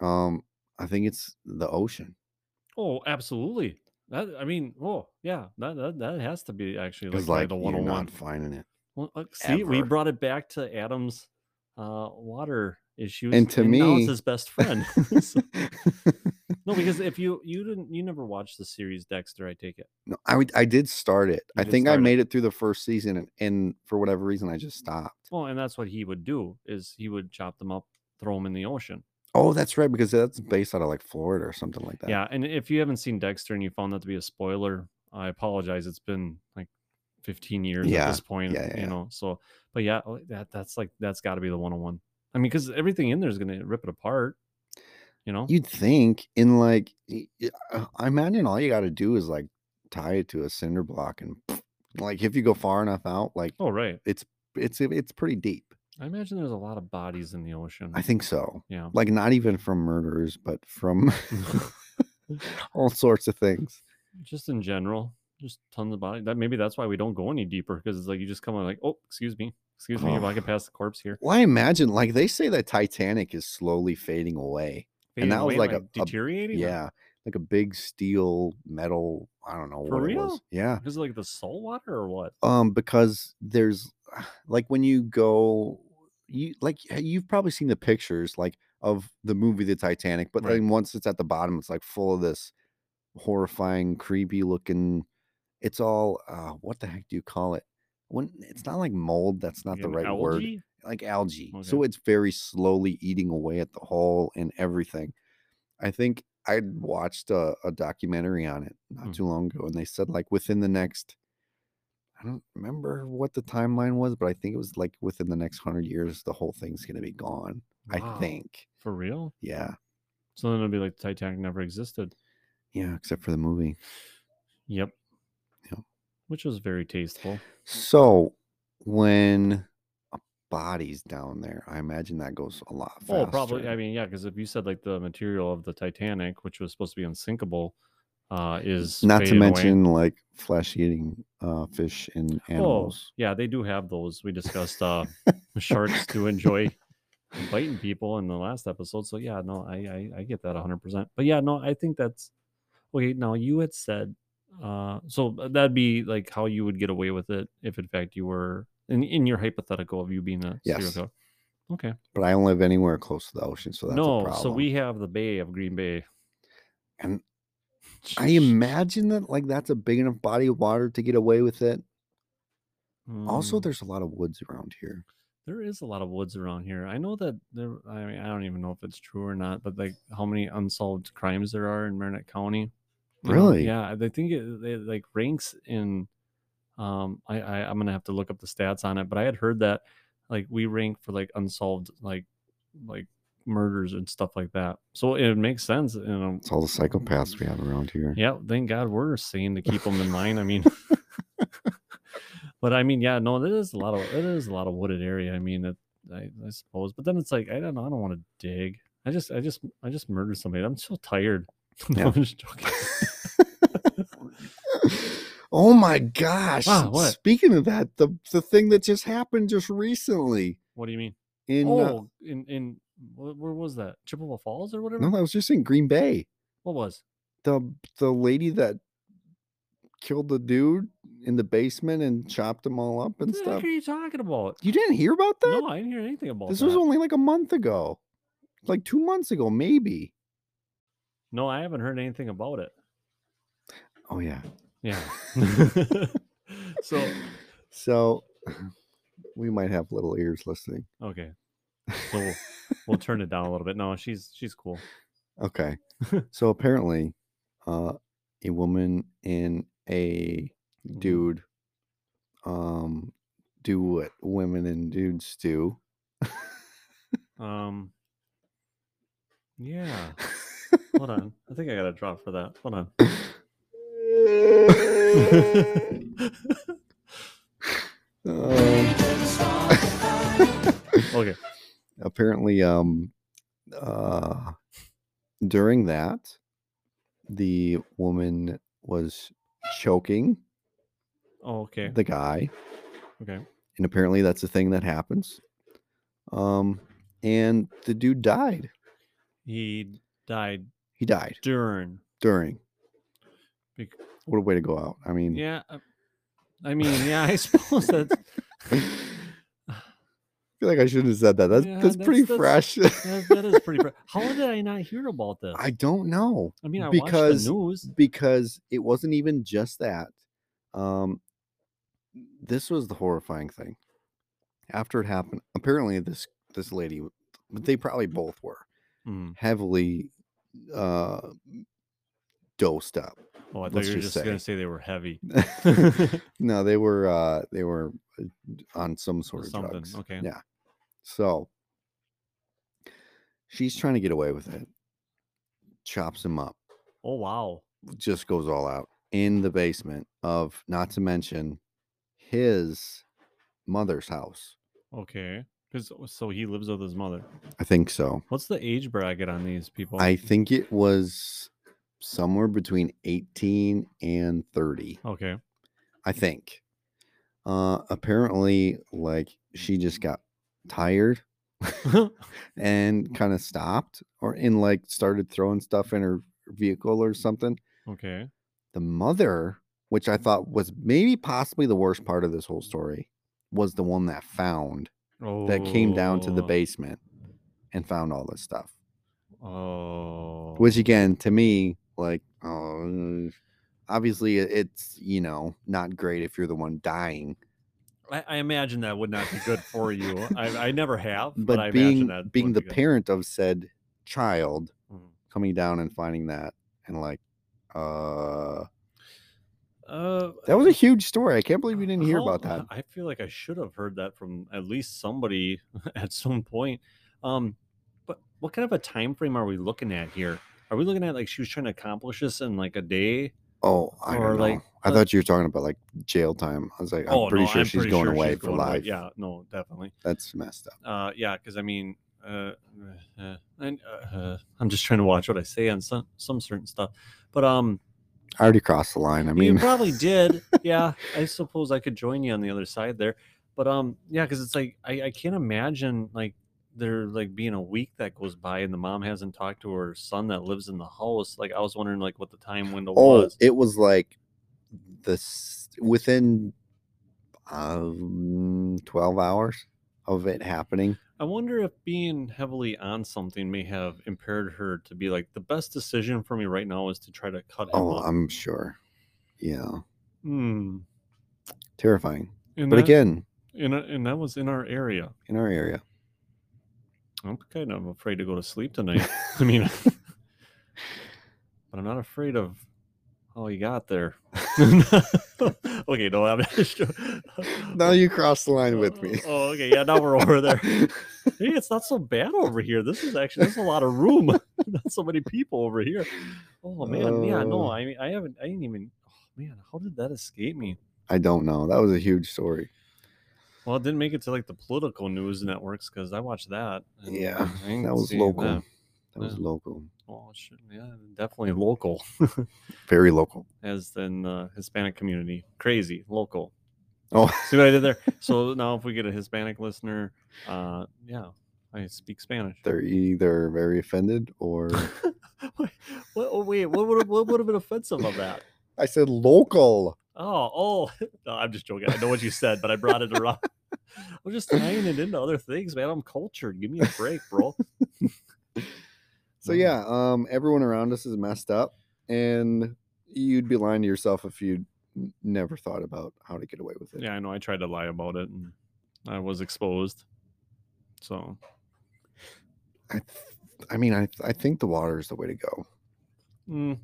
Speaker 2: Um, I think it's the ocean.
Speaker 1: Oh, absolutely. That I mean, oh yeah, that that, that has to be actually like,
Speaker 2: It's
Speaker 1: probably
Speaker 2: like
Speaker 1: the
Speaker 2: you're not
Speaker 1: 101.
Speaker 2: finding it.
Speaker 1: Well, uh, see, we
Speaker 2: ever.
Speaker 1: brought it back to Adam's uh, water issues,
Speaker 2: And to
Speaker 1: now
Speaker 2: me-
Speaker 1: it's his best friend. So- no, because if you you didn't you never watched the series Dexter, I take it.
Speaker 2: no, I would- I did start it.
Speaker 1: You
Speaker 2: I
Speaker 1: did
Speaker 2: think I
Speaker 1: start it.
Speaker 2: made it through the first season, and, and for whatever reason, I just stopped.
Speaker 1: Well, and that's what he would do is he would chop them up, throw them in the ocean.
Speaker 2: Oh, that's right, because that's based out of like Florida or something like that.
Speaker 1: Yeah, and if you haven't seen Dexter and you found that to be a spoiler, I apologize. It's been like 15 years
Speaker 2: Yeah,
Speaker 1: at this point,
Speaker 2: yeah, yeah,
Speaker 1: you
Speaker 2: yeah.
Speaker 1: know. So, but yeah, oh, that that's like that's got to be the 101. I mean, because everything in there is gonna rip it apart, you know.
Speaker 2: You'd think in like, y- y- uh, I imagine all you got to do is like tie it to a cinder block, and like if you go far enough out, like
Speaker 1: oh right,
Speaker 2: it's it's pretty deep.
Speaker 1: I imagine there's a lot of bodies in the ocean.
Speaker 2: I think so.
Speaker 1: yeah,
Speaker 2: Like not even from murders, but from all sorts of things.
Speaker 1: just in general, just tons of bodies. That maybe that's why we don't go any deeper because it's like you just come on like, oh, excuse me, excuse me, if I
Speaker 2: Oh.
Speaker 1: can pass the corpse here.
Speaker 2: Well, I imagine like they say that Titanic is slowly fading away. And
Speaker 1: Fading
Speaker 2: that was
Speaker 1: away,
Speaker 2: like a- a-
Speaker 1: deteriorating.
Speaker 2: Yeah. Like a big steel metal, I don't know
Speaker 1: For
Speaker 2: what it
Speaker 1: real?
Speaker 2: was. Yeah.
Speaker 1: because like the salt water or what?
Speaker 2: Um, because there's like when you go you like uh, you've probably seen the pictures like of the movie The Titanic, but
Speaker 1: Right.
Speaker 2: then once it's at the bottom, it's like full of this horrifying, creepy looking it's all uh what the heck do you call it? When it's not like mold, that's not the
Speaker 1: An
Speaker 2: right word.
Speaker 1: algae?
Speaker 2: like algae. So
Speaker 1: Okay.
Speaker 2: it's very slowly eating away at the hull and everything. I think I watched a, a documentary on it not
Speaker 1: Hmm.
Speaker 2: too long ago, and they said like within the next, I don't remember what the timeline was, but I think it was like within the next hundred years, the whole thing's gonna be gone.
Speaker 1: Wow.
Speaker 2: I think.
Speaker 1: For real?
Speaker 2: Yeah.
Speaker 1: So then it'll be like the Titanic never existed.
Speaker 2: Yeah, except for the movie.
Speaker 1: Yep.
Speaker 2: Yep.
Speaker 1: Which was very tasteful.
Speaker 2: So when a body's down there, I imagine that goes a lot faster.
Speaker 1: Oh, probably. I mean, yeah, because if you said like the material of the Titanic, which was supposed to be unsinkable, uh, is
Speaker 2: not to
Speaker 1: faded away.
Speaker 2: mention like flesh eating uh, fish and
Speaker 1: Oh,
Speaker 2: animals.
Speaker 1: Yeah, they do have those. We discussed uh, sharks do enjoy biting people in the last episode. So yeah, no, I I, I get that 100. percent But yeah, no, I think that's okay. Now you had said, uh, so that'd be like how you would get away with it if in fact you were in in your hypothetical of you being a serial
Speaker 2: Yes.
Speaker 1: killer. Okay.
Speaker 2: But I don't live anywhere close to the ocean, so that's a
Speaker 1: no,
Speaker 2: problem.
Speaker 1: so we have the Bay of Green Bay.
Speaker 2: And I imagine that like that's a big enough body of water to get away with it. Also,
Speaker 1: Mm.
Speaker 2: there's a lot of woods around here.
Speaker 1: There is a lot of woods around here. I know that there. I mean, I don't even know if it's true or not, but like how many unsolved crimes there are in Marinette County. you know?
Speaker 2: Really?
Speaker 1: Mm-hmm, Yeah, I think it, it like ranks in. Um, I, I I'm gonna have to look up the stats on it, but I had heard that like we rank for like unsolved like like murders and stuff like that. So it makes sense. You know.
Speaker 2: It's all the psychopaths we have around here.
Speaker 1: Yeah, thank God we're sane to keep them in mind. I mean, but I mean, yeah, no, it is a lot of it is a lot of wooded area. I mean, it, I, I suppose, but then it's like I don't know, I don't want to dig. I just, I just, I just murdered somebody. I'm so tired. No,
Speaker 2: Yeah.
Speaker 1: I'm just joking.
Speaker 2: oh my gosh!
Speaker 1: Wow, what?
Speaker 2: Speaking of that, the the thing that just happened just recently
Speaker 1: What do you mean?
Speaker 2: in uh,
Speaker 1: oh, in in wh- where was that? Chippewa Falls or whatever?
Speaker 2: no, that was just in Green Bay.
Speaker 1: What was?
Speaker 2: the the lady that killed the dude in the basement and chopped them all up and
Speaker 1: What the heck
Speaker 2: stuff.
Speaker 1: are you talking about?
Speaker 2: You didn't hear about that?
Speaker 1: No, I didn't hear anything about
Speaker 2: this
Speaker 1: that.
Speaker 2: was only like a month ago. Like 2 months ago maybe.
Speaker 1: no, I haven't heard anything about it.
Speaker 2: Oh yeah.
Speaker 1: Yeah. so
Speaker 2: So we might have little ears listening.
Speaker 1: Okay. So we'll, we'll turn it down a little bit. No, she's she's cool.
Speaker 2: Okay. so apparently uh a woman and a
Speaker 1: Mhm.
Speaker 2: dude um do what women and dudes do.
Speaker 1: Um Yeah. Hold on. I think I got a drop for that. Hold on.
Speaker 2: Um,
Speaker 1: okay.
Speaker 2: apparently um uh during that the woman was choking
Speaker 1: Oh, okay.
Speaker 2: the guy
Speaker 1: Okay.
Speaker 2: and apparently that's a thing that happens Um, and the dude died.
Speaker 1: He died
Speaker 2: He died
Speaker 1: during.
Speaker 2: during.
Speaker 1: Bec-
Speaker 2: What a way to go out. I mean,
Speaker 1: Yeah. I- I mean, yeah, I suppose that's
Speaker 2: I feel like I shouldn't have said that. That's
Speaker 1: Yeah,
Speaker 2: that's,
Speaker 1: that's-
Speaker 2: pretty
Speaker 1: that's-
Speaker 2: fresh.
Speaker 1: that, that is pretty. Fr- How did I not hear about this?
Speaker 2: I don't know
Speaker 1: I mean, I watched
Speaker 2: because-
Speaker 1: the news.
Speaker 2: because it wasn't even just that. Um, this was the horrifying thing. After it happened, apparently this this lady, w- they probably both were
Speaker 1: Mm.
Speaker 2: heavily uh, dosed up.
Speaker 1: Oh, I thought
Speaker 2: Let's
Speaker 1: you were just
Speaker 2: just
Speaker 1: gonna say they were heavy.
Speaker 2: no, they were uh they were uh, d- on some sort of
Speaker 1: something,
Speaker 2: drugs.
Speaker 1: okay.
Speaker 2: Yeah. So she's trying to get away with it. Chops him up.
Speaker 1: Oh wow.
Speaker 2: Just goes all out in the basement of not to mention his mother's house.
Speaker 1: Okay. 'Cause- oh, so he lives with his mother.
Speaker 2: I think so.
Speaker 1: What's the age bracket on these people?
Speaker 2: I think it was somewhere between 18 and 30.
Speaker 1: okay.
Speaker 2: I think. Uh apparently like she just got tired and kind of stopped or and like started throwing stuff in her vehicle or something.
Speaker 1: okay.
Speaker 2: The mother, which I thought was maybe possibly the worst part of this whole story, was the one that found
Speaker 1: Oh.
Speaker 2: that came down to the basement and found all this stuff.
Speaker 1: Oh.
Speaker 2: Which again, to me, like oh, obviously it- it's, you know, not great if you're the one dying,
Speaker 1: I, I imagine that would not be good for you. I, I never have, but,
Speaker 2: but,
Speaker 1: I imagine
Speaker 2: being
Speaker 1: that
Speaker 2: being
Speaker 1: would
Speaker 2: the
Speaker 1: be good.
Speaker 2: parent of said child
Speaker 1: Mm.
Speaker 2: coming down and finding that and like uh
Speaker 1: Uh,
Speaker 2: That was a huge story. I can't believe you didn't hear
Speaker 1: How-
Speaker 2: about that.
Speaker 1: I feel like I should have heard that from at least somebody at some point. Um, but what kind of a time frame are we looking at here? Are we looking at like she was trying to accomplish this in like a day?
Speaker 2: Oh, I
Speaker 1: Or,
Speaker 2: don't know.
Speaker 1: like,
Speaker 2: I
Speaker 1: uh,
Speaker 2: thought you were talking about like jail time. I was like, I'm
Speaker 1: oh,
Speaker 2: pretty
Speaker 1: no,
Speaker 2: sure
Speaker 1: I'm
Speaker 2: she's
Speaker 1: pretty
Speaker 2: going
Speaker 1: sure
Speaker 2: away
Speaker 1: she's
Speaker 2: for
Speaker 1: going away.
Speaker 2: life.
Speaker 1: Yeah, no, definitely.
Speaker 2: That's messed up.
Speaker 1: Uh, yeah, because I mean, uh, uh, uh, and, uh, uh, I'm just trying to watch what I say on some some certain stuff. But um,
Speaker 2: I already crossed the line. I
Speaker 1: you
Speaker 2: mean,
Speaker 1: probably did. Yeah, I suppose I could join you on the other side there. But um, yeah, because it's like I, I can't imagine like there like being a week that goes by and the mom hasn't talked to her son that lives in the house. Like I was wondering like what the time window
Speaker 2: oh,
Speaker 1: was.
Speaker 2: it was like this within um, 12 hours of it happening.
Speaker 1: I wonder if being heavily on something may have impaired her to be like the best decision for me right now is to try to cut him
Speaker 2: Oh,
Speaker 1: off.
Speaker 2: I'm sure. Yeah.
Speaker 1: Hmm.
Speaker 2: Terrifying.
Speaker 1: And
Speaker 2: But
Speaker 1: that-
Speaker 2: again,
Speaker 1: and, uh, and that was in our area.
Speaker 2: in our area,
Speaker 1: I'm kind of afraid to go to sleep tonight. I mean, but I'm not afraid of how he got there. okay, no, I'm just joking.
Speaker 2: now you crossed the line with me.
Speaker 1: Oh, okay, yeah, now we're over there. Hey, it's not so bad over here. This is actually there's a lot of room. not so many people over here. Oh man, yeah, no,
Speaker 2: Uh.
Speaker 1: I mean, I haven't, I didn't even. Oh man, how did that escape me?
Speaker 2: I don't know. That was a huge story.
Speaker 1: Well, it didn't make it to like the political news networks because I watched that. and
Speaker 2: Yeah,
Speaker 1: I didn't
Speaker 2: that was
Speaker 1: see
Speaker 2: local. That was
Speaker 1: Yeah.
Speaker 2: local.
Speaker 1: Oh, shit, yeah, definitely local.
Speaker 2: Very local.
Speaker 1: as in the Hispanic community. Crazy, local.
Speaker 2: Oh,
Speaker 1: See what I did there? so now if we get a Hispanic listener, uh, yeah, I speak Spanish.
Speaker 2: they're either very offended or
Speaker 1: what, what, oh, wait, what would what would have been offensive of that?
Speaker 2: I said local.
Speaker 1: Oh, oh, no, I'm just joking. I know what you said, but I brought it around. I'm just tying it into other things, man. I'm cultured. Give me a break, bro.
Speaker 2: So
Speaker 1: No.
Speaker 2: yeah, um, everyone around us is messed up, and you'd be lying to yourself if you would never thought about how to get away with it.
Speaker 1: Yeah, I know. I tried to lie about it, and I was exposed. So
Speaker 2: I, th- I mean, I I think the water is the way to go.
Speaker 1: Mm,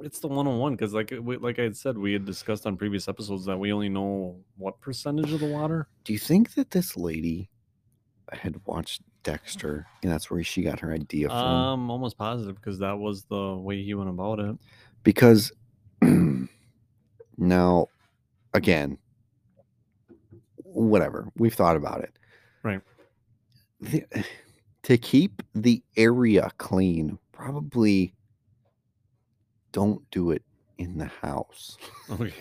Speaker 1: it's the one on one because, like, we, like I had said, we had discussed on previous episodes that we only know what percentage of the water.
Speaker 2: Do you think that this lady had watched Dexter, and that's where she got her idea from?
Speaker 1: I'm almost positive because that was the way he went about it.
Speaker 2: because now again whatever we've thought about it
Speaker 1: Right.
Speaker 2: The- to keep the area clean probably don't do it in the house
Speaker 1: Okay.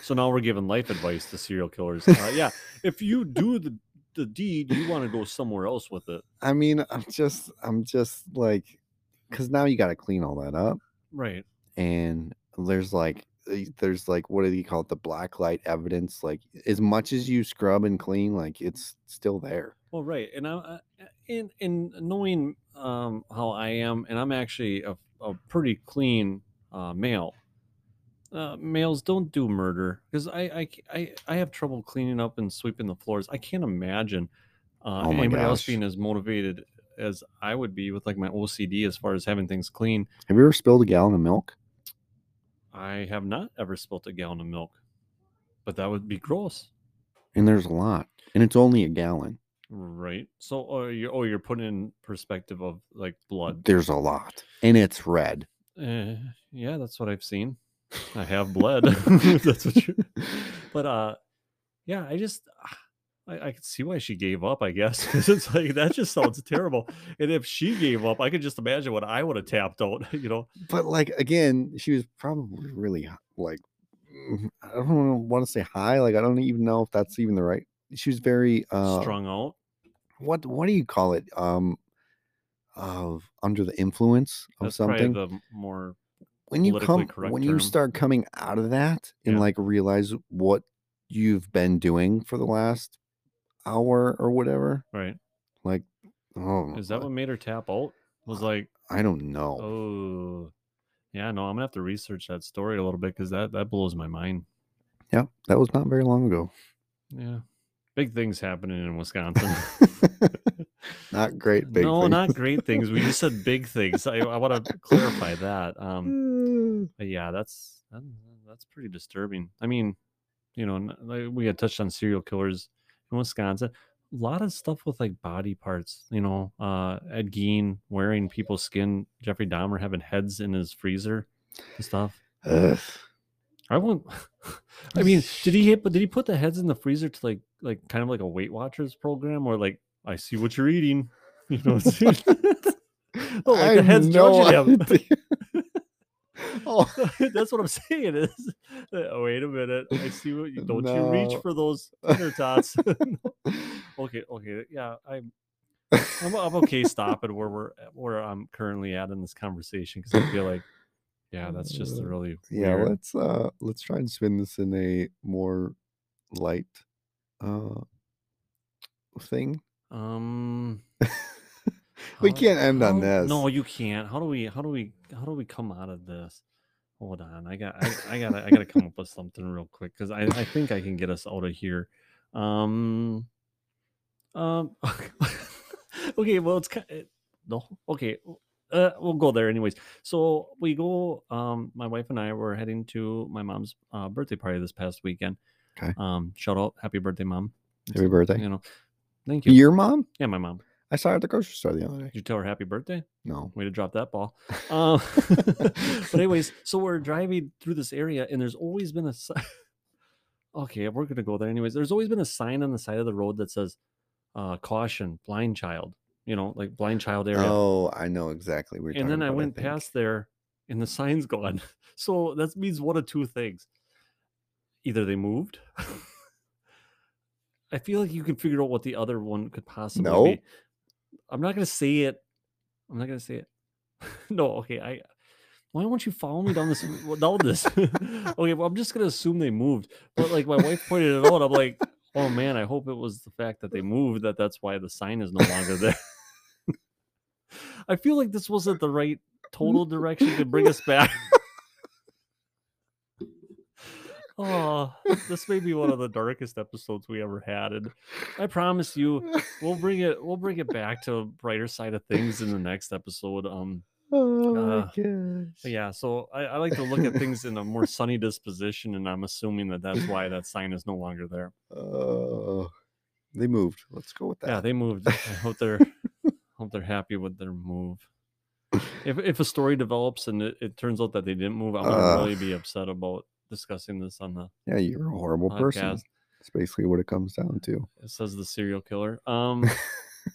Speaker 1: So now we're giving life advice to serial killers. Uh, yeah, if you do the the deed, you want to go somewhere else with it.
Speaker 2: I mean, I'm just, I'm just like, because now you got to clean all that up,
Speaker 1: Right.
Speaker 2: and there's like, eh, there's like, what do you call it? The black light evidence. Like, as much as you scrub and clean, like it's still there.
Speaker 1: Well, right, and I, I- and and knowing um, how I am, and I'm actually a, a pretty clean uh, male. Uh, males don't do murder because I, I c- I- I have trouble cleaning up and sweeping the floors. I can't imagine uh,
Speaker 2: Oh my
Speaker 1: anybody else
Speaker 2: gosh.
Speaker 1: being as motivated as I would be with like my OCD as far as having things clean.
Speaker 2: Have you ever spilled a gallon of milk?
Speaker 1: I have not ever spilt a gallon of milk, but that would be gross,
Speaker 2: And there's a lot, and it's only a gallon.
Speaker 1: right? So, or you oh you're putting in perspective of like blood.
Speaker 2: There's a lot, and it's red.
Speaker 1: Uh, yeah, that's what I've seen. I have bled. if that's what you. But uh, yeah, I just I, I could see why she gave up. I guess 'cause it's like that just sounds terrible. And if she gave up, I could just imagine what I would have tapped out. You know,
Speaker 2: but like again, she was probably really h- like mm, I don't want to say high. Like I don't even know if that's even the right. She was very uh,
Speaker 1: strung out.
Speaker 2: What what do you call it? Um, of under the influence of
Speaker 1: That's probably
Speaker 2: something.
Speaker 1: the m- more
Speaker 2: when you
Speaker 1: politically
Speaker 2: come
Speaker 1: correct
Speaker 2: when
Speaker 1: term.
Speaker 2: you start coming out of that and
Speaker 1: Yeah.
Speaker 2: like realize what you've been doing for the last hour or whatever.
Speaker 1: right.
Speaker 2: Like, oh,
Speaker 1: Is that what made her tap out? Was
Speaker 2: Uh,
Speaker 1: like,
Speaker 2: I don't know.
Speaker 1: oh, yeah. No, I'm gonna have to research that story a little bit because that that blows my mind.
Speaker 2: Yeah, that was not very long ago.
Speaker 1: Yeah, big things happening in Wisconsin.
Speaker 2: not great. Big
Speaker 1: no,
Speaker 2: thing.
Speaker 1: not great things. We just said big things. I, I want to clarify that. Um,
Speaker 2: Mm.
Speaker 1: but yeah, that's that, that's pretty disturbing. I mean, you know, n- like we had touched on serial killers in Wisconsin. A lot of stuff with like body parts. You know, uh, Ed Gein wearing people's skin. Jeffrey Dahmer having heads in his freezer and stuff.
Speaker 2: Ugh.
Speaker 1: I won't. I mean, did he hit? But did he put the heads in the freezer to like, like, kind of like a Weight Watchers program, or like, I see what you're eating. You know, it's well, Oh, like
Speaker 2: I
Speaker 1: the heads
Speaker 2: no
Speaker 1: judging him.
Speaker 2: idea. oh,
Speaker 1: That's what I'm saying. Is that- oh, wait a minute. I see what you don't you reach
Speaker 2: No.
Speaker 1: for those dinner tots. okay, okay, yeah. I'm I'm, I'm okay stopping where we're at- where I'm currently at in this conversation because I feel like, yeah, that's just
Speaker 2: Uh,
Speaker 1: really
Speaker 2: yeah.
Speaker 1: weird.
Speaker 2: Let's uh, let's try and spin this in a more light uh thing.
Speaker 1: Um.
Speaker 2: We
Speaker 1: How-
Speaker 2: can't end on
Speaker 1: how- No,
Speaker 2: this.
Speaker 1: you can't. How do we? How do we? How do we come out of this? Hold on, I got. I, I gotta. I gotta come up with something real quick because I, I. think I can get us out of here. Um. Um. okay. Well, it's kind. no. Okay. Uh, we'll go there anyways. So we go. Um, my wife and I were heading to my mom's uh, birthday party this past weekend.
Speaker 2: 'Kay.
Speaker 1: Um, shout out, happy birthday, mom.
Speaker 2: Happy birthday.
Speaker 1: You know, thank you.
Speaker 2: Your mom?
Speaker 1: yeah, my mom.
Speaker 2: I saw her at the grocery store the other
Speaker 1: Did
Speaker 2: day.
Speaker 1: you tell her happy birthday?
Speaker 2: No.
Speaker 1: Way to drop that ball. Um, but anyways, so we're driving through this area, and there's always been a. si- okay, we're gonna go there anyways. There's always been a sign on the side of the road that says, uh, "Caution, blind child." You know, like blind child area.
Speaker 2: Oh, I know exactly. what you're
Speaker 1: and then
Speaker 2: talking
Speaker 1: I
Speaker 2: about,
Speaker 1: went
Speaker 2: think.
Speaker 1: past there, and the sign's gone. So that means one of two things: either they moved. I feel like you can figure out what the other one could possibly
Speaker 2: No.
Speaker 1: be. I'm not gonna say it. I'm not gonna say it. no, okay. I why won't you follow me down this w- down this? okay, well, I'm just gonna assume they moved. But like my wife pointed it out, I'm like, oh man, I hope it was the fact that they moved that that's why the sign is no longer there. I feel like this wasn't the right total direction to bring us back. oh, this may be one of the darkest episodes we ever had, and I promise you, we'll bring it we'll bring it back to a brighter side of things in the next episode um
Speaker 2: oh my
Speaker 1: Uh, but
Speaker 2: gosh.
Speaker 1: yeah so I, I like to look at things in a more sunny disposition and i'm assuming that that's why that sign is no longer there
Speaker 2: Oh, they moved. Let's go with that.
Speaker 1: yeah they moved i hope they're hope they're happy with their move if, if a story develops and it, it turns out that they didn't move i'm gonna
Speaker 2: Uh.
Speaker 1: really be upset about discussing this on the
Speaker 2: Yeah, you're a horrible person.
Speaker 1: podcast
Speaker 2: That's basically what it comes down to.
Speaker 1: it says the serial killer um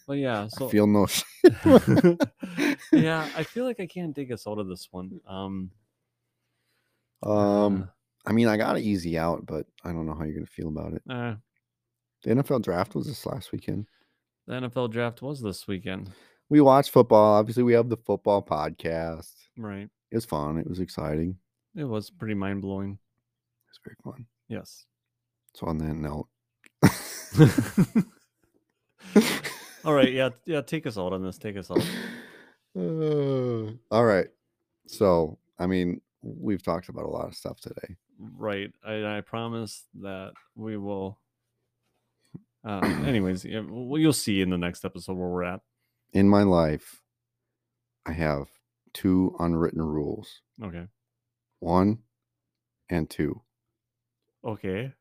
Speaker 1: but yeah so
Speaker 2: I feel no shame.
Speaker 1: yeah i feel like i can't dig us out of this one um
Speaker 2: Um,
Speaker 1: uh,
Speaker 2: I mean, I got an easy out, but I don't know how you're gonna feel about it.
Speaker 1: Uh,
Speaker 2: The NFL draft was this last weekend.
Speaker 1: The NFL draft was this weekend,
Speaker 2: We watched football. Obviously, we have the football podcast.
Speaker 1: right?
Speaker 2: It was fun. It was exciting.
Speaker 1: It was pretty mind blowing.
Speaker 2: It was very fun.
Speaker 1: Yes.
Speaker 2: So on that note,
Speaker 1: All right. Yeah. Yeah. Take us out on this. Take us out.
Speaker 2: Uh, all right. So I mean, we've talked about a lot of stuff today.
Speaker 1: Right. I, I promise that we will. Uh, anyways, yeah, well, you'll see in the next episode where we're at.
Speaker 2: In my life, I have two unwritten rules.
Speaker 1: Okay.
Speaker 2: One and two.
Speaker 1: Okay.